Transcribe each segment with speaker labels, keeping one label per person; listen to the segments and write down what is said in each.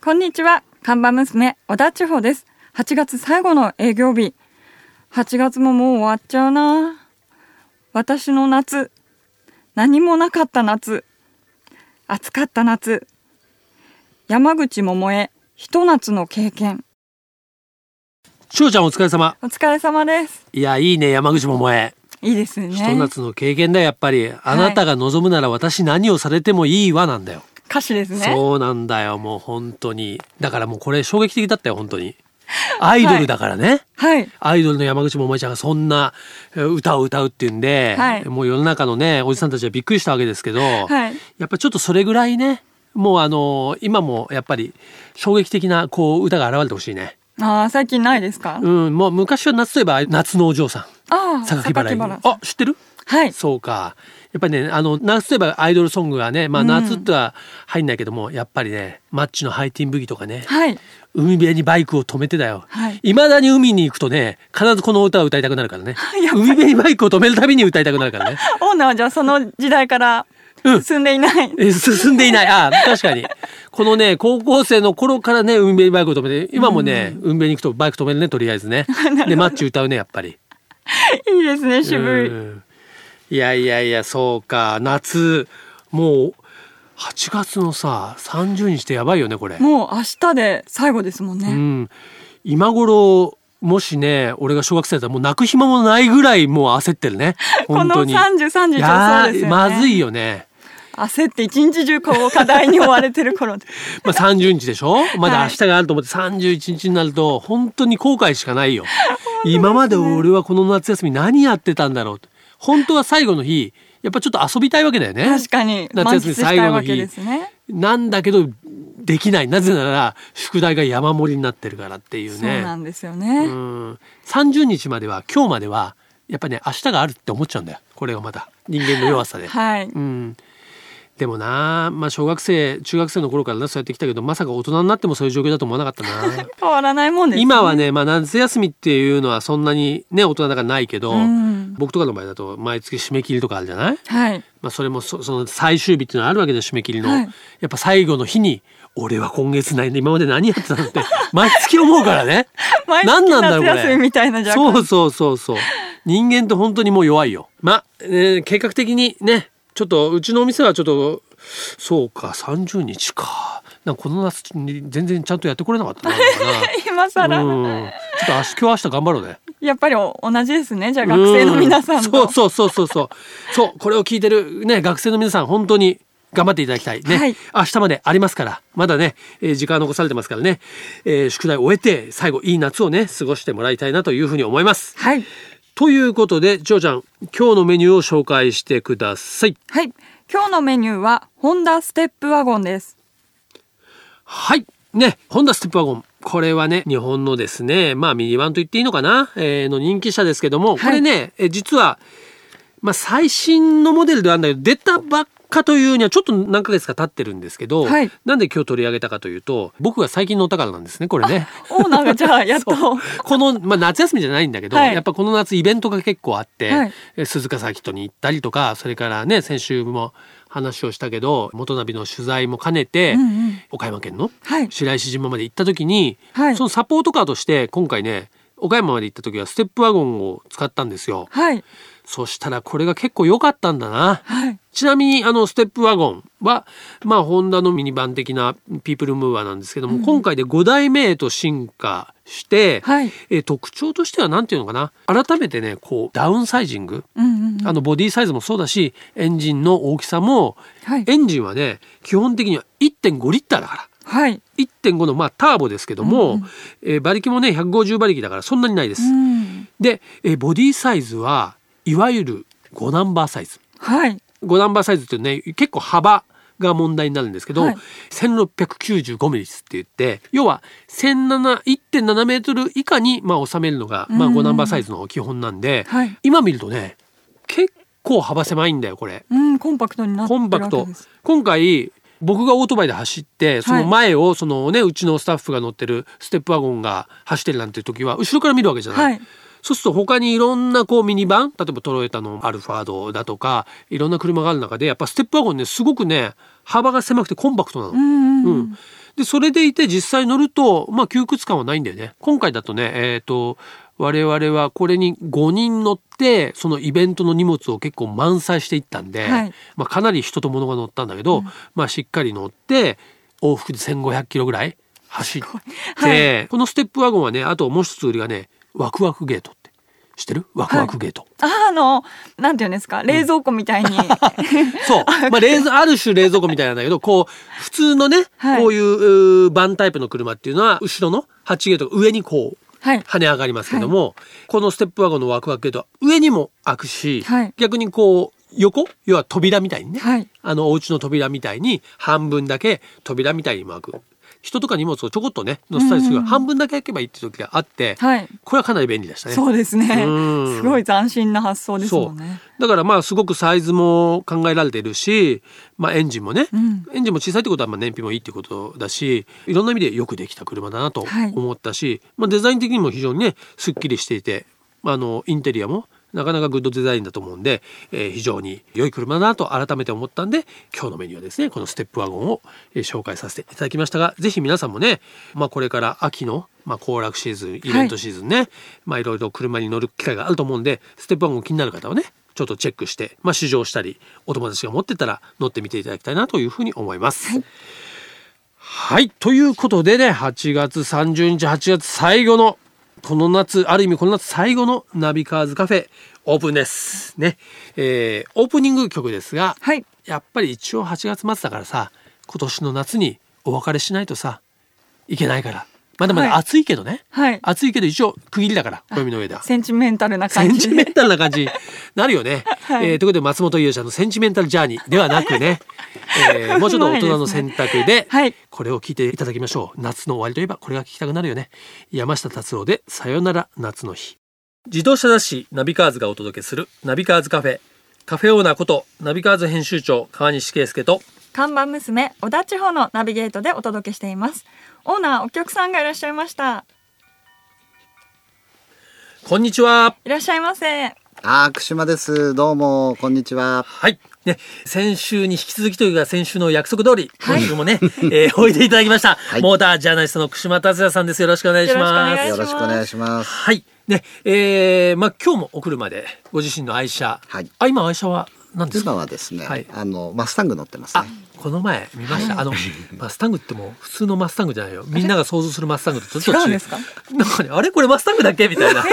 Speaker 1: こんにちは。看板娘、小田千穂です。8月最後の営業日。8月ももう終わっちゃうな。私の夏。何もなかった夏。暑かった夏。山口百恵、ひと夏の経験。
Speaker 2: しょうちゃんお疲れ様。
Speaker 1: お疲れ様です。
Speaker 2: いや、いいね、山口百恵。
Speaker 1: いいですね。
Speaker 2: ひと夏の経験だ、やっぱり。あなたが望むなら私何をされてもいいわなんだよ。
Speaker 1: 歌詞ですね。
Speaker 2: そうなんだよ、もう本当に。だからもうこれ衝撃的だったよ、本当に。アイドルだからね。
Speaker 1: はい。
Speaker 2: アイドルの山口百恵ちゃんがそんなえー歌を歌うっていうんで、
Speaker 1: はい
Speaker 2: もう世の中のねおじさんたちはびっくりしたわけですけど、
Speaker 1: い
Speaker 2: やっぱちょっとそれぐらいねもうあの今もやっぱり衝撃的なこう歌が現れてほしいね、
Speaker 1: ああ、最近ないですか、
Speaker 2: うん、もう昔は夏といえば夏のお嬢さ
Speaker 1: あ
Speaker 2: ん
Speaker 1: あ、
Speaker 2: 榊原
Speaker 1: 榊
Speaker 2: 郁あ知ってる
Speaker 1: はい。
Speaker 2: そうかやっぱりねあの夏といえばアイドルソングがね、まあ、
Speaker 1: うん
Speaker 2: 夏っては入んないけども、やっぱりねマッチのハイティーンブギとかね
Speaker 1: はい。
Speaker 2: 海辺にバイクを止めてだよ。
Speaker 1: はい
Speaker 2: いまだに海に行くとね、必ずこの歌を歌いたくなるからね。
Speaker 1: やっぱり
Speaker 2: 海辺にバイクを止めるたびに歌いたくなるから ね。
Speaker 1: オーナーはじゃあその時代から
Speaker 2: うん
Speaker 1: 進んでいない。
Speaker 2: え進んでいない。ああ、確かに。このね、高校生の頃からね、海辺にバイクを止めて、今もね、海辺に行くとバイク止めるね、とりあえ ずね。で、マッチ歌うね、やっぱり。
Speaker 1: いいですね、渋い。
Speaker 2: うんいやいやいや、そうか。夏、もう、8月のさ、30日ってやばいよね、これ。
Speaker 1: もう明日で最後ですもんね。
Speaker 2: うん、今頃もしね俺が小学生だったらもう泣く暇もないぐらいもう焦ってるね
Speaker 1: こ
Speaker 2: 本
Speaker 1: の
Speaker 2: 当に
Speaker 1: 30、31
Speaker 2: い
Speaker 1: は
Speaker 2: や
Speaker 1: そうですよね。
Speaker 2: ーまずいよね、
Speaker 1: 焦って一日中こう課題に追われてる 頃で。
Speaker 2: まあ、30日でしょまだ
Speaker 1: はい
Speaker 2: 明日があると思って31日になると本当に後悔しかないよ今まで俺はこの夏休み何やってたんだろう本当は最後の日やっぱちょっと遊びたいわけだよね
Speaker 1: 確かに満喫
Speaker 2: 夏休み
Speaker 1: した
Speaker 2: 最
Speaker 1: い
Speaker 2: 後
Speaker 1: わ
Speaker 2: の
Speaker 1: け
Speaker 2: 日
Speaker 1: ですね。
Speaker 2: なんだけどできないなぜなら宿題が山盛りになってるからっていうね
Speaker 1: そうなんですよね。
Speaker 2: うん30日までは今日まではやっぱね明日があるって思っちゃうんだよこれがまた人間の弱さで、
Speaker 1: はい。
Speaker 2: うん、でもな、まあ、小学生中学生の頃からなそうやってきたけどまさか大人になってもそういう状況だと思わなかっ たな
Speaker 1: 変わらないもんです、ね。
Speaker 2: 今はね、まあ、夏休みっていうのはそんなにね大人だからないけど、
Speaker 1: うん
Speaker 2: 僕とかの場合だと毎月締め切りとかあるじゃない、
Speaker 1: はい。
Speaker 2: まあ、それもそその最終日っていうのはあるわけで締め切りの、
Speaker 1: はい
Speaker 2: やっぱ最後の日に俺は今月何今まで何やってたのって 毎月思うからね
Speaker 1: 毎
Speaker 2: 何
Speaker 1: 月
Speaker 2: なんだろう
Speaker 1: 夏
Speaker 2: これ
Speaker 1: 休みみたいなじゃ
Speaker 2: そうそうそうそう人間って本当にもう弱いよまあ、えー計画的にねちょっとうちのお店はちょっとそうか30日かなんかこの夏に全然ちゃんとやってこれなかったな
Speaker 1: 今
Speaker 2: な
Speaker 1: 更
Speaker 2: んかなうんちょっと明日今日明日頑張ろうね
Speaker 1: やっぱりお同じですね。じゃあ学生の皆さん
Speaker 2: う
Speaker 1: と。
Speaker 2: んそうそうそうそうそうそうこれを聞いてるね学生の皆さん本当に頑張っていただきたいね、
Speaker 1: はい
Speaker 2: 明日までありますからまだね、えー時間残されてますからね、えー宿題を終えて最後いい夏をね過ごしてもらいたいなというふうに思います
Speaker 1: はい。
Speaker 2: ということで、ちょうちゃん、今日のメニューを紹介してください。
Speaker 1: はい。今日のメニューはホンダステップワゴンです。
Speaker 2: はい。ね、ホンダステップワゴン。これはね、日本のですね、まあミニバンと言っていいのかな、えーの人気車ですけども、
Speaker 1: い
Speaker 2: これね、え実は、まあ最新のモデルではあるんだけど、出たばっかというにはちょっと何ヶ月か経ってるんですけど、
Speaker 1: はい
Speaker 2: なんで今日取り上げたかというと、僕が最近乗ったからなんですね、これね。
Speaker 1: オーナーがじゃあやっと。
Speaker 2: そうこの、まあ、夏休みじゃないんだけど、
Speaker 1: はい
Speaker 2: やっぱこの夏イベントが結構あって、
Speaker 1: はい
Speaker 2: え鈴鹿サーキットに行ったりとかそれからね先週も話をしたけど元ナビの取材も兼ねて、
Speaker 1: うんうん
Speaker 2: 岡山県の
Speaker 1: はい。
Speaker 2: 白石島まで行った時に、
Speaker 1: はい
Speaker 2: そのサポートカーとして今回ね岡山まで行った時はステップワゴンを使ったんですよ。
Speaker 1: はい。
Speaker 2: そしたらこれが結構良かったんだな。
Speaker 1: はい。
Speaker 2: ちなみにあのステップワゴンはまあホンダのミニバン的なピープルムーバーなんですけども、今回で5代目へと進化して、
Speaker 1: はい。
Speaker 2: えー特徴としては何ていうのかな改めてねこうダウンサイジング、
Speaker 1: うんうんうん。
Speaker 2: あのボディサイズもそうだしエンジンの大きさも、
Speaker 1: はい。
Speaker 2: エンジンはね基本的には1.5リッターだから
Speaker 1: はい。
Speaker 2: 1.5のまあターボですけども、えー馬力もね150馬力だからそんなにないです。
Speaker 1: うん。
Speaker 2: で、えーボディサイズはいわゆる5ナンバーサイズ。
Speaker 1: はい。
Speaker 2: 5ナンバーサイズっていうね結構幅が問題になるんですけど、
Speaker 1: はい
Speaker 2: 1695ミリって言って要は17 1.7メートル以下にまあ収めるのが、まあ、
Speaker 1: うん
Speaker 2: 5ナンバーサイズの基本なんで、
Speaker 1: はい
Speaker 2: 今見るとね結構幅狭いんだよこれ。
Speaker 1: うん、コンパクトになって
Speaker 2: コ
Speaker 1: る
Speaker 2: ンパ
Speaker 1: わ
Speaker 2: ク
Speaker 1: け
Speaker 2: ト
Speaker 1: です。
Speaker 2: 今回僕がオートバイで走ってその前をそのね、うちのスタッフが乗ってるステップワゴンが走ってるなんていう時は後ろから見るわけじゃない、
Speaker 1: はい。
Speaker 2: そうすると他にいろんなこうミニバン例えばトロエタのアルファードだとかいろんな車がある中でやっぱステップワゴンねすごくね幅が狭くてコンパクトな
Speaker 1: う
Speaker 2: の。
Speaker 1: んう
Speaker 2: うん
Speaker 1: うん。
Speaker 2: でそれでいて実際乗ると、まあ、窮屈感はないんだよね今回だとねえっ、と我々はこれに5人乗ってそのイベントの荷物を結構満載していったんで、
Speaker 1: はい
Speaker 2: まあ、かなり人と物が乗ったんだけど、まあ、しっかり乗って往復で1,500キロぐらい走って、このステップワゴンはねあともう一つ売りがねワクワクゲートって知ってるワクワクゲート。
Speaker 1: ああの、なんていうんですか、冷蔵庫みた いに。
Speaker 2: そう。まあ、冷蔵、ある種冷蔵庫みたいなんだけど、こう、普通のね、
Speaker 1: はい
Speaker 2: こういううーバンタイプの車っていうのは、後ろの8ゲートが上にこう、
Speaker 1: はい。
Speaker 2: 跳ね上がりますけども、このステップワゴンのワクワクゲートは上にも開くし、
Speaker 1: はい
Speaker 2: 逆にこう、横要は扉みたいにね、
Speaker 1: はい。
Speaker 2: あの、お家の扉みたいに、半分だけ扉みたいにも開く。人とか荷物をちょこっとね、乗せたりする
Speaker 1: うん
Speaker 2: が、半分だけ開けばいいって時があって、
Speaker 1: はい。
Speaker 2: これはかなり便利でしたね。
Speaker 1: そうですね。
Speaker 2: うん
Speaker 1: すごい斬新な発想ですもんね。
Speaker 2: だからまあすごくサイズも考えられてるし、まあ、エンジンもね、
Speaker 1: うん
Speaker 2: エンジンも小さいってことはまあ燃費もいいってことだしいろんな意味でよくできた車だなと
Speaker 1: はい
Speaker 2: 思ったし、まあ、デザイン的にも非常にねすっきりしていてあのインテリアもなかなかグッドデザインだと思うんで、えー非常に良い車だなと改めて思ったんで今日のメニューはですねこのステップワゴンをえー紹介させていただきましたがぜひ皆さんもね、まあ、これから秋のまあ行楽シーズンイベントシーズンね、まあいろいろ車に乗る機会があると思うんでステップワゴン気になる方はねちょっとチェックして、まあ、試乗したりお友達が持ってたら乗ってみていただきたいなというふうに思います。はい、ということでね8月30日8月最後のこの夏ある意味この夏最後のナビカーズカフェオープンです。ね、えーオープニング曲ですが、
Speaker 1: はい。
Speaker 2: やっぱり一応8月末だからさ今年の夏にお別れしないとさいけないからまだまだ
Speaker 1: はい
Speaker 2: 暑いけどね、
Speaker 1: はい。
Speaker 2: 暑いけど一応区切りだから暦の上では。
Speaker 1: センチメンタルな
Speaker 2: セ
Speaker 1: 感
Speaker 2: ン
Speaker 1: じ
Speaker 2: チメ
Speaker 1: で。
Speaker 2: ンタルな感じになるよね。
Speaker 1: はい
Speaker 2: えーということで松本優ちゃんの「センチメンタルジャーニー」ではなくね、えーもうちょっと大人の選択で
Speaker 1: はい
Speaker 2: これを聞いていただきましょう夏の終わりといえばこれが聞きたくなるよね山下達郎で「さよなら夏の日」自動車雑誌ナビカーズがお届けする「ナビカーズカフェ」カフェオーナーことナビカーズ編集長川西圭介と
Speaker 1: 看板娘、小田地方のナビゲートでお届けしています。オーナー、お客さんがいらっしゃいました。
Speaker 2: こんにちは。
Speaker 1: いらっしゃいま せ。
Speaker 3: あー、くしまです。どうも、こんにちは。
Speaker 2: はい。ね、先週に引き続きというか先週の約束通り、
Speaker 1: はい
Speaker 2: 今週もね、 えーおいでいただきました、
Speaker 3: い
Speaker 2: モータージャーナリストの串間達也さんです。よろしくお願いし
Speaker 1: よろしくお
Speaker 2: ま
Speaker 1: 願いし
Speaker 2: す。
Speaker 1: ま
Speaker 3: よろしくお願いします。
Speaker 2: はい。ね、えー、まあ今日もお車でご自身の愛車、
Speaker 3: はい
Speaker 2: あ今愛車は何です
Speaker 3: 今
Speaker 2: か。
Speaker 3: はですね、
Speaker 2: はい
Speaker 3: あのマスタング乗ってます
Speaker 2: あ
Speaker 3: ね。、
Speaker 2: この前見ました。あのマスタングってもう普通のマスタングじゃないよ。みんなが想像するマスタングとちょっと
Speaker 1: 違うんですか。
Speaker 2: なんかね、あれこれマスタングだっけみ たいな。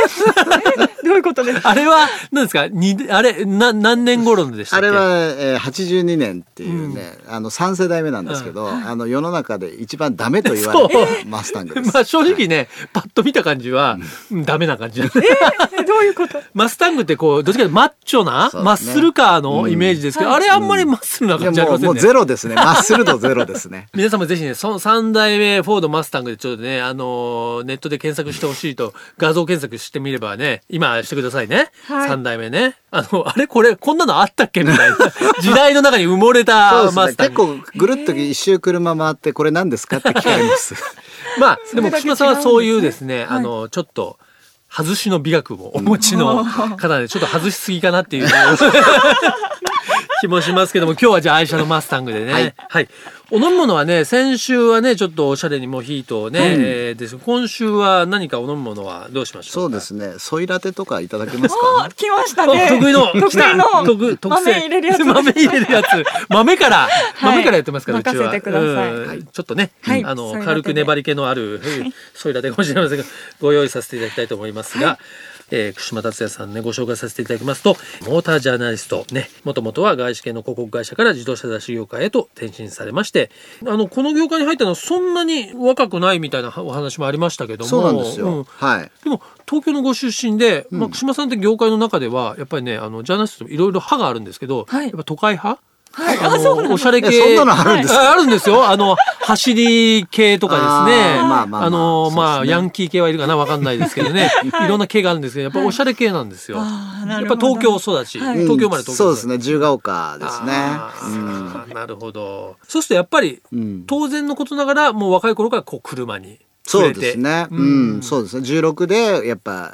Speaker 1: どういうこと ですか。
Speaker 2: あれは何ですか。にあれな何年頃でした
Speaker 3: あ
Speaker 2: っけ。
Speaker 3: れは、えー、82年っていうね、あの3世代目なんですけど、あの世の中で一番ダメと言われ
Speaker 2: そ
Speaker 3: たマスタングで す。
Speaker 2: まあ正直ね、パッと見た感じは、うんダメな感じだね
Speaker 1: えどういうこと。
Speaker 2: マスタングってこう、どっちかというとマッチョな、
Speaker 3: そうですね
Speaker 2: マッスルカーのイメージですけど、あれあんまりマッスルない
Speaker 3: や
Speaker 2: 感じありま
Speaker 3: もう
Speaker 2: せ
Speaker 3: も
Speaker 2: ん
Speaker 3: う
Speaker 2: ね。。
Speaker 3: ゼロですね。マッスル度ゼロですね
Speaker 2: 皆さんもぜひね、その3代目フォードマスタングでちょっとね、あのーネットで検索してほしい と、画像検索してみればね、今してくださいね。
Speaker 1: はい
Speaker 2: 3代目ね。あの、あれこれ、こんなのあったっけみたいな。時代の中に埋もれ
Speaker 3: そうで
Speaker 2: た
Speaker 3: すね
Speaker 2: マスタン
Speaker 3: 結
Speaker 2: グ。
Speaker 3: 構ぐるっと一周車回ってこれ何ですかって聞かれ ます。
Speaker 2: まあ、で
Speaker 1: れ
Speaker 2: も、
Speaker 1: だけ
Speaker 2: 福島さんはそういうですね、
Speaker 1: 違うんですね
Speaker 2: あの、ちょっと、外しの美学もお持ちの方で、ちょっと外しすぎかなっていう気もしますけども、今日はじゃあ愛車のマスタングでね。は
Speaker 3: はいい。
Speaker 2: お飲み物はね、先週はね、ちょっとおしゃれにモヒートをね、えーです今週は何かお飲み物はどうしましょ
Speaker 3: そうう
Speaker 2: か
Speaker 3: ですね。ソイラテとかいただけます
Speaker 1: お
Speaker 3: か、
Speaker 1: ー、来ました
Speaker 2: お
Speaker 1: ね。
Speaker 2: 得意の、
Speaker 1: 得意の
Speaker 2: 得特製
Speaker 1: 豆入れるやつ
Speaker 2: 豆入れるやつ。豆から、豆からやってますから、うちは。
Speaker 1: 任せてください
Speaker 2: うん
Speaker 3: はい
Speaker 2: ちょっとね、
Speaker 1: はい
Speaker 2: あ
Speaker 1: ソイ
Speaker 2: の
Speaker 1: ラテ、で
Speaker 2: 軽く粘り気のあ る、ソイラテかもしれませんが、ご用意させていただきたいと思いますが、えー、串間達也さんね、ご紹介させていただきますと、モータージャーナリスト、ね、もともとは外資系の広告会社から自動車雑誌業界へと転身されまして、あの、この業界に入ったのはそんなに若くないみたいなお話もありましたけども、
Speaker 3: そうなんですよ。
Speaker 2: うん
Speaker 3: はい。
Speaker 2: でも東京のご出身で、まあ、串間さんって業界の中ではやっぱりねあのジャーナリストいろいろ派があるんですけど、
Speaker 1: はい
Speaker 2: やっぱ都会派
Speaker 1: はい。
Speaker 2: あ
Speaker 1: あ、そうなん
Speaker 2: の
Speaker 1: だ
Speaker 2: おしゃれ系
Speaker 3: えそんなのあるんですか
Speaker 2: ああるんですよあの走り系とかですね
Speaker 3: あーまあまあまあ
Speaker 2: あのまあ
Speaker 3: そうですね
Speaker 2: ヤンキー系はいるかなわかんないですけど ね、い、ろんな系があるんですけどやっぱおしゃれ系なんですよ、
Speaker 1: あー
Speaker 2: や
Speaker 1: な
Speaker 2: っ
Speaker 1: る
Speaker 2: ぱ
Speaker 1: ほど
Speaker 2: 東京育ち、
Speaker 1: はい
Speaker 2: 東京生まれ東京
Speaker 3: そう
Speaker 2: 育ち
Speaker 3: ですね。自由が丘ですね。
Speaker 2: あ
Speaker 3: うん
Speaker 2: ーなるほどそうするとやっぱり、
Speaker 3: ん
Speaker 2: 当然のことながらもう若い頃からこう車に
Speaker 3: そう
Speaker 2: 触れて
Speaker 3: ですね。うん、そうですね。16でやっぱ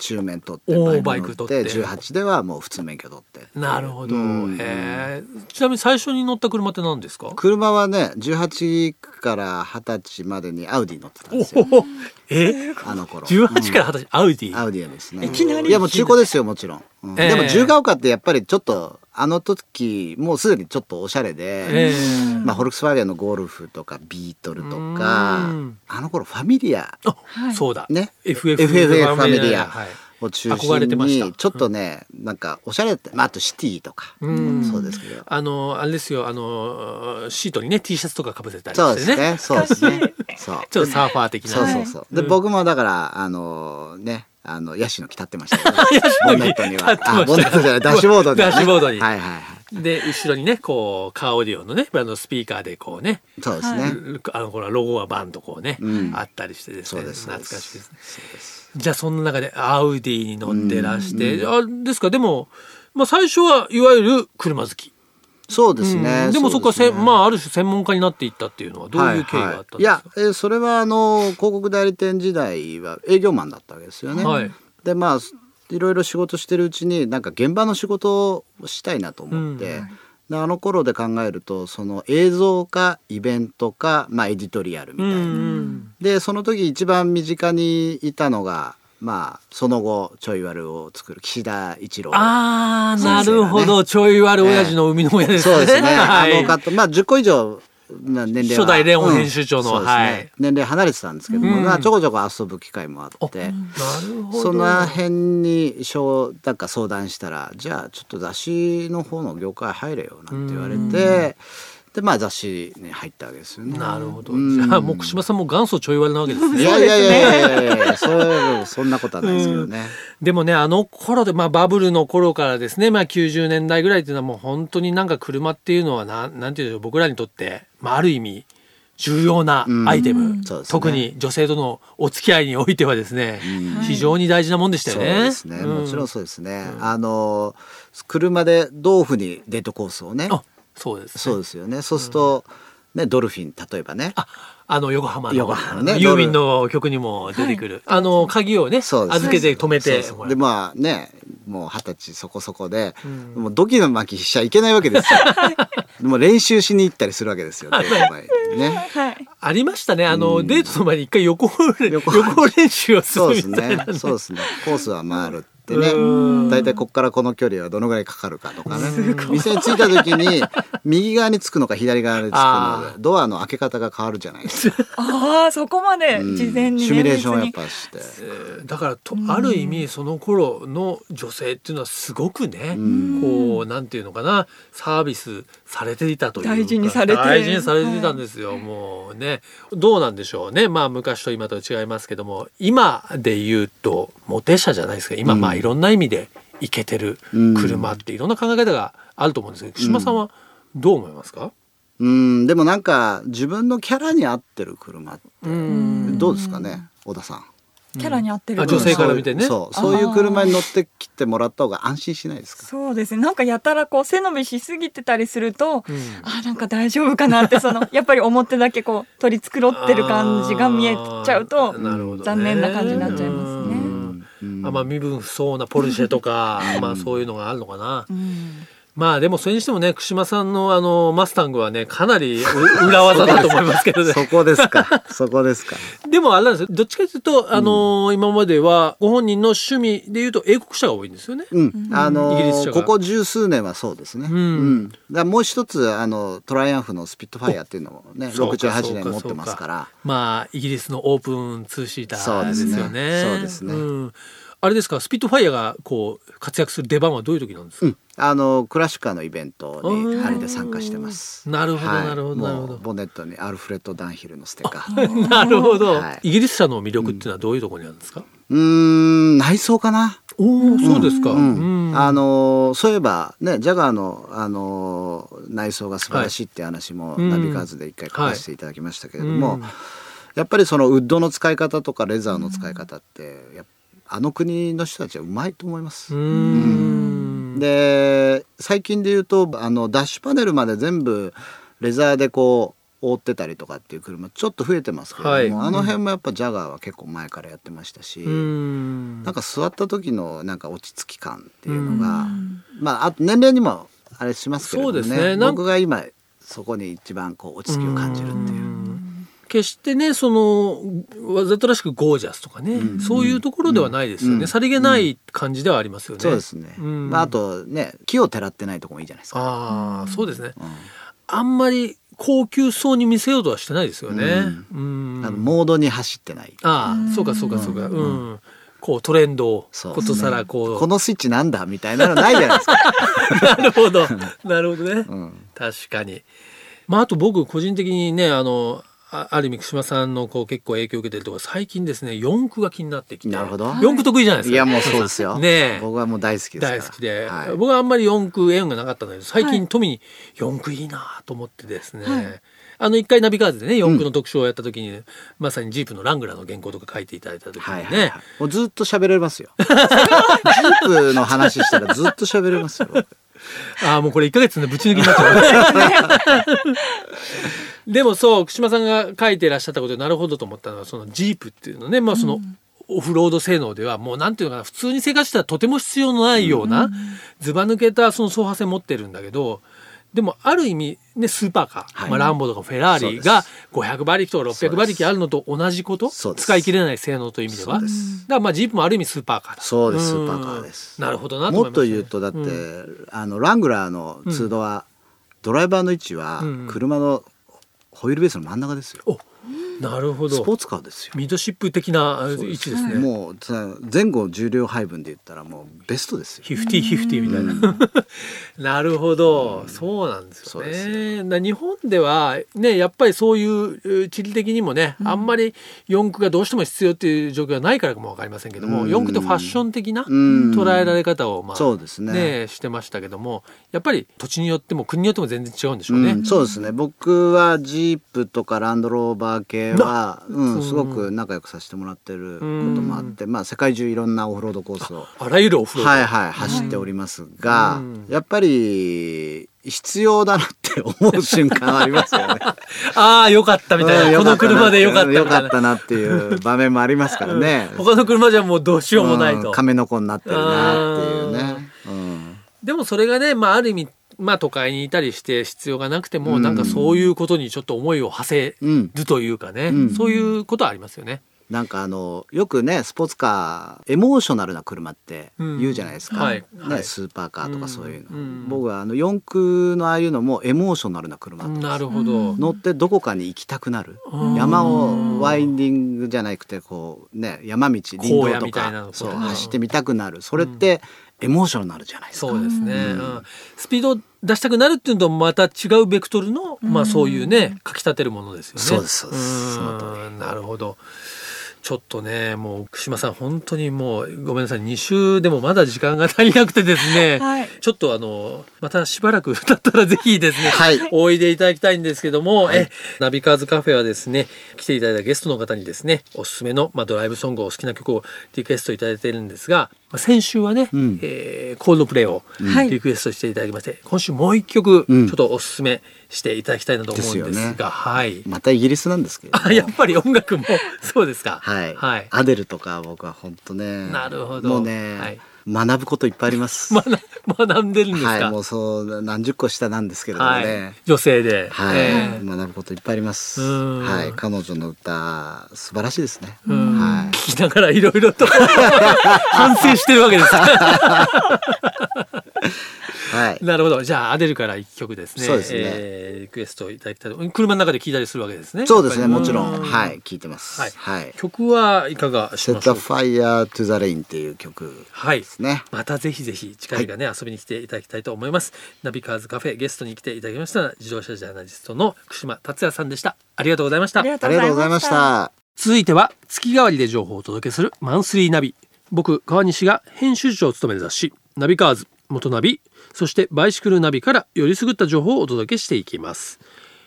Speaker 3: 中免取って
Speaker 2: おー
Speaker 3: バイク乗
Speaker 2: バイク取って
Speaker 3: 18ではもう普通免許取って
Speaker 2: なるほど。
Speaker 3: うん
Speaker 2: ええちなみに最初に乗った車って何ですか。
Speaker 3: 車はね18から20歳までにアウディ乗ってたん
Speaker 2: お
Speaker 3: ですよ
Speaker 2: お。え。
Speaker 3: あの頃
Speaker 2: 十八から二十歳、アウデ
Speaker 3: ア
Speaker 2: ィ。
Speaker 3: ウディですね
Speaker 2: いきなり
Speaker 3: いやもう中古ですよもちろん、うん
Speaker 2: ええ
Speaker 3: でも自由が丘ってやっぱりちょっとあの時もうすでにちょっとおしゃれで、
Speaker 2: ええ
Speaker 3: まあ、フォルクスワーゲンのゴルフとかビートルとか
Speaker 2: うん
Speaker 3: あの頃ファミリア
Speaker 2: あ、
Speaker 1: はい
Speaker 2: そうだ。
Speaker 3: ね
Speaker 2: FF
Speaker 3: FFA ファミリア
Speaker 2: はい。
Speaker 3: を中
Speaker 2: 憧
Speaker 3: 心
Speaker 2: れてました
Speaker 3: にちょっとね、なんかおしゃれって、まあ、あとシティとか、
Speaker 2: うん
Speaker 3: そうですけど
Speaker 2: あのあれですよあのシートにね T シャツとかかぶせたり
Speaker 3: そう
Speaker 2: して
Speaker 3: で
Speaker 2: ね
Speaker 3: すねそうですねそう
Speaker 2: ちょっとサーファー的な
Speaker 3: そうそうそう、で
Speaker 2: うん
Speaker 3: 僕もだからあのねあのヤシの木立ってました よ、ね、ボンネットに
Speaker 2: 立っ
Speaker 3: は
Speaker 2: てました
Speaker 3: あボンネットじゃないダッシュボードに、ね、
Speaker 2: ダッシュボードに
Speaker 3: はいはいはい
Speaker 2: で後ろにねこうカーオーディオンのねあのスピーカーでこうね
Speaker 3: そうですね、
Speaker 1: は
Speaker 2: あのこのロゴはバンとこうね、
Speaker 3: うん
Speaker 2: あったりしてですね
Speaker 3: そうです
Speaker 2: 懐かしいですね
Speaker 3: そうです
Speaker 2: じゃあそんな中でアウディに乗ってらして、あですかでも、まあ、最初はいわゆる車好き、
Speaker 3: そうですね、
Speaker 2: うんでもそこは
Speaker 3: うです
Speaker 2: せ
Speaker 3: ね
Speaker 2: まあある種専門家になっていったっていうのはどういう経緯があったんですか、
Speaker 3: はいはい、いや、えーそれはあの広告代理店時代は営業マンだったわけですよね。
Speaker 2: はい
Speaker 3: でまあいろいろ仕事してるうちになんか現場の仕事をしたいなと思って、
Speaker 2: うん
Speaker 3: であの頃で考えるとその映像かイベントか、まあ、エディトリアルみた
Speaker 2: う
Speaker 3: い
Speaker 2: ん
Speaker 3: な。
Speaker 2: うん
Speaker 3: でその時一番身近にいたのが、まあ、その後ちょい悪を作る岸田一郎。
Speaker 2: あーな
Speaker 3: 先生がね
Speaker 2: るほど、ちょい悪親父の生みの親ですね。
Speaker 3: そうですね。
Speaker 2: はい
Speaker 3: あの方、まあ10個以上な年齢は
Speaker 2: 初代レオン編集長の
Speaker 3: そうですね
Speaker 2: はい
Speaker 3: 年齢離れてたんですけども、
Speaker 2: うん
Speaker 3: まあちょこちょこ遊ぶ機会もあって。
Speaker 2: なるほど。
Speaker 3: その辺に小なんか相談したらじゃあちょっと雑誌の方の業界入れよなんて言われて、
Speaker 2: うん
Speaker 3: でまあ雑誌に入ったわけですよね。
Speaker 2: なるほど。
Speaker 3: うん
Speaker 2: じゃあ、もう串間さんも元祖ちょい悪なわけです
Speaker 3: い
Speaker 2: ね。
Speaker 3: やいやいやいやいやいやそうそんなことはないですけどね。
Speaker 2: でもね、あの頃で、まあ、バブルの頃からですね、まあ、90年代ぐらいっていうのはもう本当になんか車っていうのはな、なんていうの、僕らにとって、まあ、ある意味、重要なアイテム、
Speaker 3: んそうですね
Speaker 2: 特に女性とのお付き合いにおいてはですね、
Speaker 3: うん
Speaker 2: 非常に大事なもんでした
Speaker 3: そ
Speaker 2: よ
Speaker 3: う
Speaker 2: ね。
Speaker 3: ですね、
Speaker 2: う
Speaker 3: もちろんそうですね。あの車でどういうふうにデートコースをね
Speaker 2: あ、そうです、ね。
Speaker 3: そうですよね。そうすると、ね、ドルフィン、例えばね。
Speaker 2: あ、あの横浜の
Speaker 3: 横浜ね
Speaker 2: あのユーミンの曲にも出てくる、あの鍵をね
Speaker 3: そうです
Speaker 2: 預けて止めて
Speaker 3: そ
Speaker 2: も
Speaker 3: うそう
Speaker 2: ら
Speaker 3: で、
Speaker 2: う
Speaker 3: まあね、もう二十歳そこそこで、もうドキの巻きしちゃいけないわけですよ。もう練習しに行ったりするわけですよ、デート前にね。
Speaker 1: はい。
Speaker 2: ありましたねあの、デートの前に一回横放れ
Speaker 3: 横
Speaker 2: 横
Speaker 3: 放れ
Speaker 2: 放練習をす
Speaker 3: そう
Speaker 2: る
Speaker 3: です
Speaker 2: みたい
Speaker 3: ね
Speaker 2: な。
Speaker 3: そうですね。コースは回るって
Speaker 2: う
Speaker 3: ね。大体ここからこの距離はどのぐらいかかるかとかね。店に着いた時に、右側に着くのか左側に着くの
Speaker 2: あ
Speaker 3: で、ドアの開け方が変わるじゃないですか。
Speaker 1: ああ、そこまで
Speaker 3: うん
Speaker 1: 事前に、ね
Speaker 3: シミュレーションを
Speaker 1: 別
Speaker 3: やっ
Speaker 1: に
Speaker 3: ぱして。
Speaker 2: えーだからとある意味その頃の女性っていうのはすごくね、
Speaker 3: ん
Speaker 2: こうなんていうのかなサービスされていたというか
Speaker 1: 大事にされて
Speaker 2: 大事にされていたんですよ、もうねどうなんでしょうねまあ昔と今とは違いますけども今で言うとモテ社じゃないですか今、
Speaker 3: うん
Speaker 2: まあいろんな意味でいけてる車っていろんな考え方があると思うんですけど島さんはどう思いますか、
Speaker 3: うん、でもなんか自分のキャラに合ってる車って
Speaker 2: うん
Speaker 3: どうですかね、小田さん。
Speaker 1: キャラに合ってる
Speaker 2: あ女性から見てね
Speaker 3: そう、そういう車に乗ってきてもらった方が安心しないですか。
Speaker 1: そうですねなんかやたらこう背伸びしすぎてたりすると、
Speaker 2: うん
Speaker 1: あなんか大丈夫かなってそ のやっぱり表だけこう取り繕ってる感じが見えちゃうと
Speaker 2: あーなるほどね
Speaker 1: 残念な感じになっちゃいますね
Speaker 2: うん
Speaker 3: うん
Speaker 2: あまあ身分不相応なポルシェとか、まあそういうのがあるのかな。
Speaker 1: うん
Speaker 2: まあでもそれにしてもね、串間さんのあのマスタングはね、かなり う裏技だと思いますけどね。
Speaker 3: そこで すか。そこですか。
Speaker 2: でもあれなんですよ。どっちかというと、あのー今まではご本人の趣味で言うと英国車が多いんですよね。
Speaker 3: うん、あ
Speaker 2: イギリス車が
Speaker 3: のここ十数年はそうですね。
Speaker 2: ん
Speaker 3: うん、だからもう一つあのトライアンフのスピットファイアっていうのもね、
Speaker 2: そう
Speaker 3: 六
Speaker 2: か
Speaker 3: 十八
Speaker 2: そう
Speaker 3: 年
Speaker 2: か
Speaker 3: 持ってますから。
Speaker 2: まあイギリスのオープンツーシータ
Speaker 3: そう
Speaker 2: ーで
Speaker 3: ですすね
Speaker 2: よね。
Speaker 3: そうですね
Speaker 2: んあれですか、スピットファイアがこう活躍する出番はどういう時なんですか。
Speaker 3: うん、あのクラシカのイベント
Speaker 2: あ
Speaker 3: に
Speaker 2: ー
Speaker 3: あれで参加してます。
Speaker 2: なるほど
Speaker 3: はい
Speaker 2: なるほどなるほど
Speaker 3: もうボンネットにアルフレッドダンヒルのステッカ ー。
Speaker 2: なるほど、
Speaker 3: はい
Speaker 2: イギリス車の魅力っていうのはどういうところにあるんですか。
Speaker 3: うーん、内装かな。
Speaker 2: おお、そうですか。
Speaker 3: うん
Speaker 2: うん
Speaker 3: あのーそういえばねジャガーの、あのー内装が素晴らしいって話も、
Speaker 2: いうん
Speaker 3: ナビカーズで一回書かせていただきましたけれど
Speaker 2: う
Speaker 3: も、
Speaker 2: ん
Speaker 3: やっぱりそのウッドの使い方とかレザーの使い方ってやっぱあの国の人たちはうまいと思いま
Speaker 2: う
Speaker 3: す。
Speaker 2: ん
Speaker 3: で最近で言うとあのダッシュパネルまで全部レザーでこう覆ってたりとかっていう車ちょっと増えてますけれども、
Speaker 2: はい
Speaker 3: あの辺もやっぱジャガーは結構前からやってましたし、
Speaker 2: うん
Speaker 3: なんか座った時のなんか落ち着き感っていうの
Speaker 1: う
Speaker 3: が、
Speaker 1: ん
Speaker 3: まああと年齢にもあれしますけれどもね
Speaker 2: そうですねなん
Speaker 3: 僕が今そこに一番こう落ち着きを感じるっていう。
Speaker 2: ん決してねそのわざとらしくゴージャスとかね、
Speaker 3: うん
Speaker 2: そういうところではないですよね、
Speaker 3: うん
Speaker 2: さりげない感じではありますよね。
Speaker 3: そうですね、
Speaker 2: うん
Speaker 3: まあ、あとね木をてらってないとこもいいじゃないですか。
Speaker 2: ああそうですね
Speaker 3: うん
Speaker 2: あんまり高級そうに見せようとはしてないですよね。う
Speaker 3: あ
Speaker 2: ん
Speaker 3: のモードに走ってない。
Speaker 2: あ
Speaker 1: う
Speaker 2: あ
Speaker 1: ん
Speaker 2: そうかそうかそうか、う
Speaker 3: うん
Speaker 2: んこうトレンドを
Speaker 3: そう
Speaker 2: ことさらこう
Speaker 3: このスイッチなんだみたいなのないじゃないです
Speaker 2: な
Speaker 3: か。
Speaker 2: るほどなるほどね、
Speaker 3: うん
Speaker 2: 確かに。まああと僕個人的にねあのあある意味島さんのこう結構影響を受けてるとこ最近ですね四駆が気になってきて
Speaker 3: なるほど。
Speaker 2: 四駆得意じゃないです
Speaker 3: い
Speaker 2: か。
Speaker 3: やもうそうですよ。
Speaker 2: ねえ
Speaker 3: 僕はもう大好きですから。
Speaker 2: 大好きで、
Speaker 3: はい
Speaker 2: 僕はあんまり四駆縁がなかったんだけど最
Speaker 1: は
Speaker 2: 近
Speaker 1: い
Speaker 2: 富に四駆いいなと思ってですね、
Speaker 1: はい
Speaker 2: あの一回ナビカーズでね四駆の特集をやった時に、まさにジープのラングラーの原稿とか書いていただいた時にね、
Speaker 3: はいはいはいもうずっと喋れますよ。 ジープの話したらずっと喋れますよ。僕
Speaker 2: ああもうこれ1ヶ月でぶち抜きになっちゃ うでもそう福島さんが書いていらっしゃったことでなるほどと思ったのはそのジープっていうのねまあその、オフロード性能ではもうなんていうのかな普通に生活したらとても必要のないようなずば抜けたその走破性持ってるんだけどでもある意味ねスーパーカー、
Speaker 3: はい
Speaker 2: まあ、ランボとかフェラー
Speaker 3: そう
Speaker 2: リ
Speaker 3: です
Speaker 2: が500馬力とか
Speaker 3: そう
Speaker 2: 600
Speaker 3: です
Speaker 2: 馬力あるのと同じこと
Speaker 3: そうです
Speaker 2: 使い切れない性能という意味では
Speaker 3: そう
Speaker 2: だか
Speaker 3: です
Speaker 2: らまあジープもある意味スーパーカーだ
Speaker 3: そうです
Speaker 2: ん
Speaker 3: スーパーカーです
Speaker 2: なるほどなと思
Speaker 3: も
Speaker 2: い
Speaker 3: っ
Speaker 2: ました
Speaker 3: と
Speaker 2: ね
Speaker 3: 言うとだって、
Speaker 2: うん
Speaker 3: あのラングラーの通度は、ドライバーの位置は
Speaker 2: うん
Speaker 3: 車のホイールベースの真ん中ですよ。
Speaker 2: おなるほど
Speaker 3: スポーツカーですよ。
Speaker 2: ミッドシップ的なあ位置ですね。もう
Speaker 3: もうさ前後重量配分で言ったらもうベス トですよ。
Speaker 2: フィフティフィフティみたいな。なるほど、そうなんですよ
Speaker 3: そうです
Speaker 2: ね。な日本ではねやっぱりそういうう地理的にもね、あんまり四駆がどうしても必要っていう状況がないからかもわかりませんけども、
Speaker 3: うん
Speaker 2: 四駆とファッション的な
Speaker 3: うん
Speaker 2: 捉えられ方をまあ
Speaker 3: そうですね
Speaker 2: ねしてましたけども、やっぱり土地によっても国によっても全然違うんでしょうね。
Speaker 3: うん、そうですね僕はジープとかランドローバー系は、う
Speaker 2: うん
Speaker 3: ん、すごく仲良くさせてもらってることもあって、まあ、世界中いろんなオフロードコースを、
Speaker 2: あらゆるオフロード。
Speaker 3: はいはい、走っておりますが、
Speaker 2: うん
Speaker 3: やっぱり必要だなって思う瞬間ありますよね。
Speaker 2: ああよかったみたいな、
Speaker 3: うん
Speaker 2: この車でよかったみたい
Speaker 3: よ
Speaker 2: な。
Speaker 3: かったなっていう場面もありますからね。
Speaker 2: 他の車じゃもうどうしようもないと。
Speaker 3: うん亀の子になってるなっていうね。うん
Speaker 2: でもそれがね、まあ、ある意味、まあ、都会にいたりして必要がなくても、
Speaker 3: うん
Speaker 2: なんかそういうことにちょっと思いを馳せ
Speaker 3: うん、
Speaker 2: るというかね、
Speaker 3: うん
Speaker 2: そういうことはありますよね。
Speaker 3: なんかあのよくねスポーツカーエモーショナルな車って
Speaker 2: うん
Speaker 3: 言うじゃないですか、
Speaker 2: はい
Speaker 3: ね
Speaker 2: はい
Speaker 3: スーパーカーとかそういうの、
Speaker 2: うんうん
Speaker 3: 僕はあの四駆のああいうのもエモーショナルな車だったんです
Speaker 2: なるほど。
Speaker 3: 乗ってどこかに行きたくなる
Speaker 2: うん
Speaker 3: 山をワインディングじゃなくてこうね山道林
Speaker 2: 荒
Speaker 3: 道
Speaker 2: 野
Speaker 3: と
Speaker 2: みたいなの
Speaker 3: か
Speaker 2: とかうん
Speaker 3: そう走ってみたくなるそれってエモーショナルじゃないですか。
Speaker 2: そうですね、う
Speaker 3: うんん
Speaker 2: スピードを出したくなるっていうのとまた違うベクトルの、まあ、そういうねかきたてるものですよね。
Speaker 3: そうですそうですその通
Speaker 2: んなるほどちょっとねもう福島さん本当にもうごめんなさい2週でもまだ時間が足りなくてですね、
Speaker 1: はい
Speaker 2: ちょっとあのまたしばらくだったらぜひですね、
Speaker 3: はい
Speaker 2: おいでいただきたいんですけども、えナビカーズカフェはですね来ていただいたゲストの方にですねおすすめの、まあ、ドライブソングをお好きな曲をリクエストいただいているんですが、まあ、先週はね、
Speaker 3: うん
Speaker 2: えーコールドプレイを
Speaker 1: はい
Speaker 2: リクエストしていただきまして、今週もう一曲ち
Speaker 3: う
Speaker 2: ょ
Speaker 3: ん
Speaker 2: っとおすすめしていただきたいなと思うんで
Speaker 3: ですよ
Speaker 2: す
Speaker 3: ね
Speaker 2: が、はい。
Speaker 3: またイギリスなんですけれど
Speaker 2: あ
Speaker 3: も
Speaker 2: やっぱり音楽も そうですか。
Speaker 3: はい、
Speaker 2: はい。
Speaker 3: アデルとか僕は本当ね
Speaker 2: なるほど
Speaker 3: もうね、
Speaker 2: はい
Speaker 3: 学ぶこといっぱいあります。
Speaker 2: 学学んでるんですか。
Speaker 3: はい、もうそう何十個下なんですけれども
Speaker 2: はい
Speaker 3: ね。。
Speaker 2: 女性で。
Speaker 3: はい、
Speaker 2: えー
Speaker 3: 学ぶこといっぱいあります。
Speaker 2: うん
Speaker 3: はい、彼女の歌素晴らしいですね。
Speaker 2: うん
Speaker 3: は
Speaker 2: 聞きながらいろいろ と反省してるわけです。
Speaker 3: い、はい、
Speaker 2: なるほど。じゃあアデルから一曲ですね。
Speaker 3: そうですね
Speaker 2: えーリクエストいただきたいと。車の中で聞いたりするわけですね。
Speaker 3: そうですね、
Speaker 2: やっぱ
Speaker 3: も
Speaker 2: り
Speaker 3: ちろん、
Speaker 2: う
Speaker 3: はい、聞いてます。
Speaker 2: はい
Speaker 3: はい、
Speaker 2: 曲はいかがしまし
Speaker 3: Set
Speaker 2: ょ
Speaker 3: a
Speaker 2: うか。
Speaker 3: fire to the rain っていう曲
Speaker 2: はい
Speaker 3: で。すね。
Speaker 2: またぜひぜひ近いがね、遊びに来ていただきたいと思いますナビカーズカフェゲストに来ていただきました自動車ジャーナリストの福島達也さんでしたありがとうございました
Speaker 1: ありが
Speaker 3: ありがとうございました。
Speaker 2: 続いては月替わりで情報をお届けするマンスリーナビ僕川西が編集長を務める雑誌ナビカーズ元ナビそしてバイシクルナビからよりすぐった情報をお届けしていきます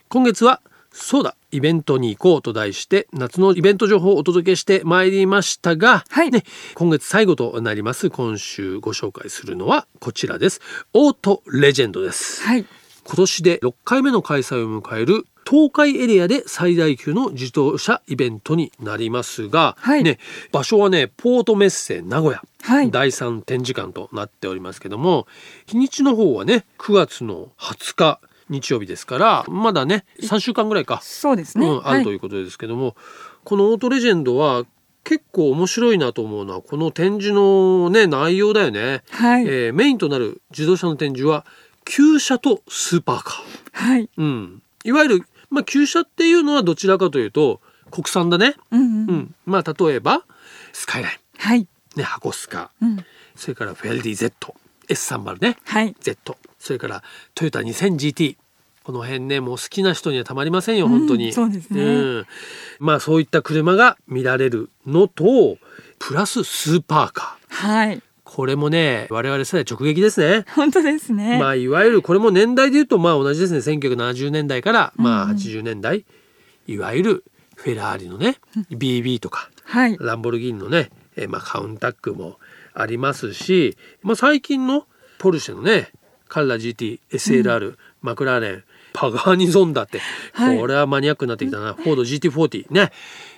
Speaker 2: 今月はそうだイベントに行こうと題して夏のイベント情報をお届けしてまいりましたが、
Speaker 1: はい
Speaker 2: ね、今月最後となります今週ご紹介するのはこちらですオートレジェンドです
Speaker 1: はい
Speaker 2: 今年で6回目の開催を迎える東海エリアで最大級の自動車イベントになりますが、
Speaker 1: はい
Speaker 2: ね、場所はねポートメッセ名古屋、
Speaker 1: はい
Speaker 2: 第3展示館となっておりますけども日にちの方はね9月の20日日曜日ですからまだね3週間ぐらいか、
Speaker 1: そうですね、
Speaker 2: うん、あ
Speaker 1: は
Speaker 2: るとい
Speaker 1: いう
Speaker 2: ことですけども、この「オートレジェンド」は結構面白いなと思うのはこの展示のね内容だよね。
Speaker 1: はい、
Speaker 2: えーメインとなる自動車の展示は旧車とスーパーカー。
Speaker 1: はい
Speaker 2: うん、いわゆる、まあ、旧車っていうのはどちらかというと国産だね、
Speaker 1: うんうん、
Speaker 2: うんまあ、例えばスカイライ
Speaker 1: はい、
Speaker 2: ン、ね、箱スカ
Speaker 1: うん、
Speaker 2: それからフェルディ ZS30 ね
Speaker 1: はい
Speaker 2: Z それからトヨタ 2000GT この辺ねもう好きな人にはたまりませんよ本当に、
Speaker 1: うんそうですね
Speaker 2: んまあそういった車が見られるのとプラススーパーカー
Speaker 1: はい
Speaker 2: これもね我々世代直撃ですね
Speaker 1: 本当ですね、
Speaker 2: まあいわゆるこれも年代で言うとまあ同じですね1970年代からまあ80年代、いわゆるフェラーリのね BB とか
Speaker 1: はい
Speaker 2: ランボルギーニのね、えーまあ、カウンタックもありますし、まあ、最近のポルシェのねカルラ GTSLR、マクラーレンパガーニゾンダって、
Speaker 1: はい
Speaker 2: これはマニアックになってきたな、フォード GT40 ね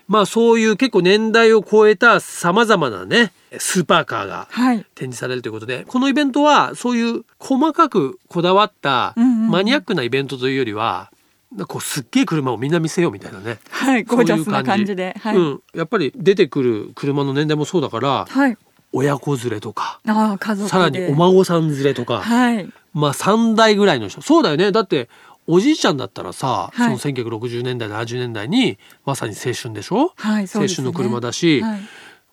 Speaker 2: まあそういう結構年代を超えたさまざまなねスーパーカーが
Speaker 1: はい
Speaker 2: 展示されるということでこのイベントはそういう細かくこだわった
Speaker 1: うんうんうん
Speaker 2: マニアックなイベントというよりは、こうすっげえ車をみんな見せようみたいなね。
Speaker 1: はいゴージャスな感じで
Speaker 2: そういう感じうん、やっぱり出てくる車の年代もそうだから
Speaker 1: はい、はい、
Speaker 2: 親子連れとか
Speaker 1: ああ家族で
Speaker 2: さらにお孫さん連れとか、
Speaker 1: はい
Speaker 2: まあ3代ぐらいの人そうだよねだっておじいちゃんだったらさ、
Speaker 1: はい
Speaker 2: その1960年代70年代にまさに青春でしょ、
Speaker 1: はいそう
Speaker 2: 青
Speaker 1: です
Speaker 2: 春
Speaker 1: ね
Speaker 2: の車だし、
Speaker 1: はい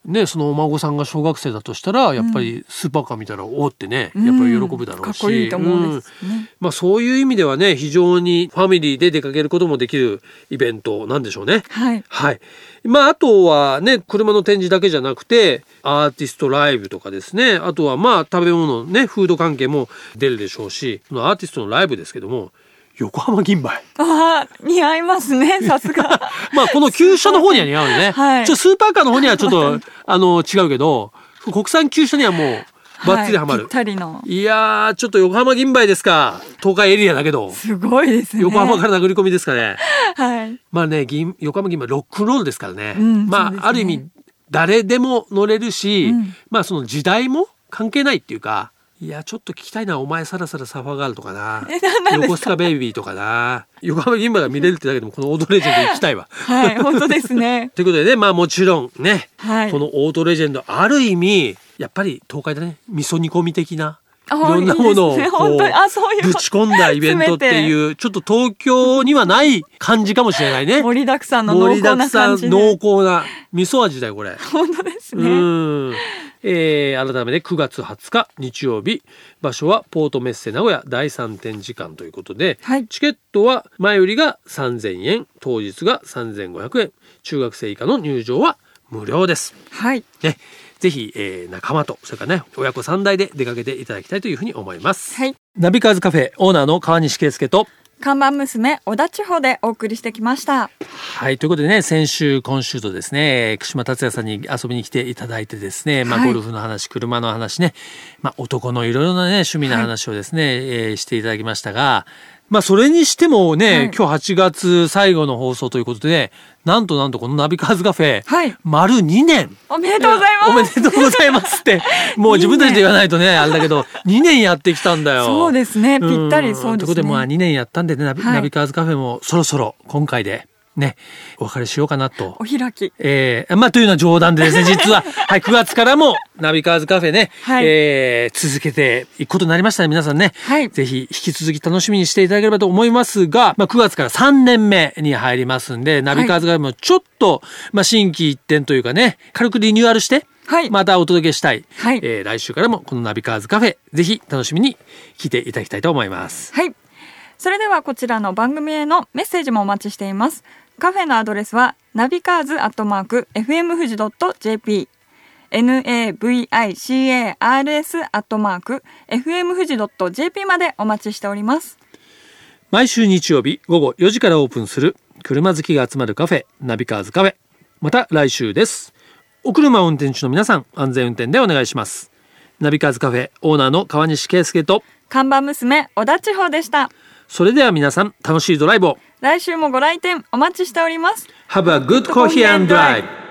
Speaker 2: ね、そのお孫さんが小学生だとしたらやっぱりスーパーカー見たらおおってね、
Speaker 1: うん
Speaker 2: やっぱり喜ぶだろうし、
Speaker 1: かっこいいと思うんですね、
Speaker 2: まあ、そういう意味ではね非常にファミリーで出かけることもできるイベントなんでしょうね。
Speaker 1: はい
Speaker 2: はい。まあ、あとはね、車の展示だけじゃなくて、アーティストライブとかですね、あとはまあ、食べ物ね、フード関係も出るでしょうし、このアーティストのライブですけども、横浜銀杯。
Speaker 1: ああ似合います ねさすが
Speaker 2: まあ、この旧車の方には似合うよね。
Speaker 1: はい
Speaker 2: ちょっとスーパーカーの方にはちょ っと、あの、違うけど、国産旧車にはもう、バッチリハマ
Speaker 1: はいぴっ
Speaker 2: る。
Speaker 1: たりの
Speaker 2: い、やー、ちょっと横浜銀杯ですか。東海エリアだけど、
Speaker 1: すごいですね
Speaker 2: 横浜から殴り込みですかね。
Speaker 1: はい
Speaker 2: まあね、銀横浜銀はロックンロールですからね。
Speaker 1: うん
Speaker 2: まあ、
Speaker 1: そうですね
Speaker 2: ある意味誰でも乗れるし、
Speaker 1: うん
Speaker 2: まあその時代も関係ないっていうか。いやちょっと聞きたいなお前サラサラサファーガールとかな
Speaker 1: えななんですか
Speaker 2: 横須賀ベイビーとかな横浜銀杯が見れるってだけでもこのオートレジェンド行きたいわ。
Speaker 1: はい本当ですね
Speaker 2: ということでねまあもちろんね、
Speaker 1: はい
Speaker 2: このオートレジェンドある意味やっぱり東海だね味噌煮込み的な
Speaker 1: あ
Speaker 2: いろんなものを
Speaker 1: いいですね
Speaker 2: こ
Speaker 1: 本当にあそういう
Speaker 2: ぶち込んだイベントっていうちょっと東京にはない感じかもしれないね。
Speaker 1: 盛りだくさんの濃
Speaker 2: 盛り
Speaker 1: 厚
Speaker 2: だく
Speaker 1: な
Speaker 2: さ
Speaker 1: 感
Speaker 2: ん
Speaker 1: じで
Speaker 2: 濃厚な味噌味だよこれ。
Speaker 1: 本当です
Speaker 2: う
Speaker 1: ね
Speaker 2: ん。えー改めて9月20日日曜日場所はポートメッセ名古屋第3展示館ということで、
Speaker 1: はい
Speaker 2: チケットは前売りが3000円当日が3500円中学生以下の入場は無料です。
Speaker 1: はい
Speaker 2: ね、ぜひ、えー仲間とそれからね親子3代で出かけていただきたいというふうに思います。
Speaker 1: はい
Speaker 2: ナビカーズカフェオーナーの川西圭介と
Speaker 1: 看板娘小田地方でお送りしてきました
Speaker 2: はいということでね先週今週とですね串間達也さんに遊びに来ていただいてですね、まあ、
Speaker 1: はい
Speaker 2: ゴルフの話車の話ね、まあ、男のいろいろなね趣味の
Speaker 1: はい
Speaker 2: 話をですね、えーしていただきましたが、まあ、それにしてもね、
Speaker 1: はい
Speaker 2: 今日8月最後の放送ということでなんとなんとこのナビカーズカフェ、
Speaker 1: はい
Speaker 2: 丸2年
Speaker 1: おめでとうございます
Speaker 2: おめでとうございますってもう自分たちで言わないとねあれだけど2年やってきたんだよ。
Speaker 1: そうですねぴった
Speaker 2: うん
Speaker 1: りそう
Speaker 2: とい
Speaker 1: で
Speaker 2: うこと
Speaker 1: す
Speaker 2: で、まあ、
Speaker 1: ね
Speaker 2: 2年やったんでね、ナビ,、
Speaker 1: はい
Speaker 2: ナビカーズカフェもそろそろ今回でね、お別れしようかなと
Speaker 1: お。開き
Speaker 2: えーまあ、というのは冗談で ですね、実は、はい、9月からもナビカーズカフェね、
Speaker 1: はい
Speaker 2: えー続けていくことになりましたね、皆さんね。
Speaker 1: はい
Speaker 2: ぜひ、引き続き楽しみにしていただければと思いますが、まあ、9月から3年目に入りますんで、ナビカーズカフェもちょっと、まあ、新規一点というかね、軽くリニューアルして、
Speaker 1: はい
Speaker 2: またお届けしたい。
Speaker 1: はい
Speaker 2: えー来週からもこのナビカーズカフェ、ぜひ楽しみに聞いていただきたいと思います。
Speaker 1: はい。それではこちらの番組へのメッセージもお待ちしています。カフェのアドレスはナビカーズアットマーク fm 富士ドット jp n a v i c a r s アットマーク fm 富士ドット jp までお待ちしております。
Speaker 2: 毎週日曜日午後4時からオープンする車好きが集まるカフェナビカーズカフェまた来週ですお車を運転中の皆さん安全運転でお願いしますナビカーズカフェオーナーの川西圭介と
Speaker 1: 看板娘小田地方でした。
Speaker 2: それでは皆さん楽しいドライブを
Speaker 1: 来週もご来店お待ちしております。
Speaker 2: Have a good coffee and drive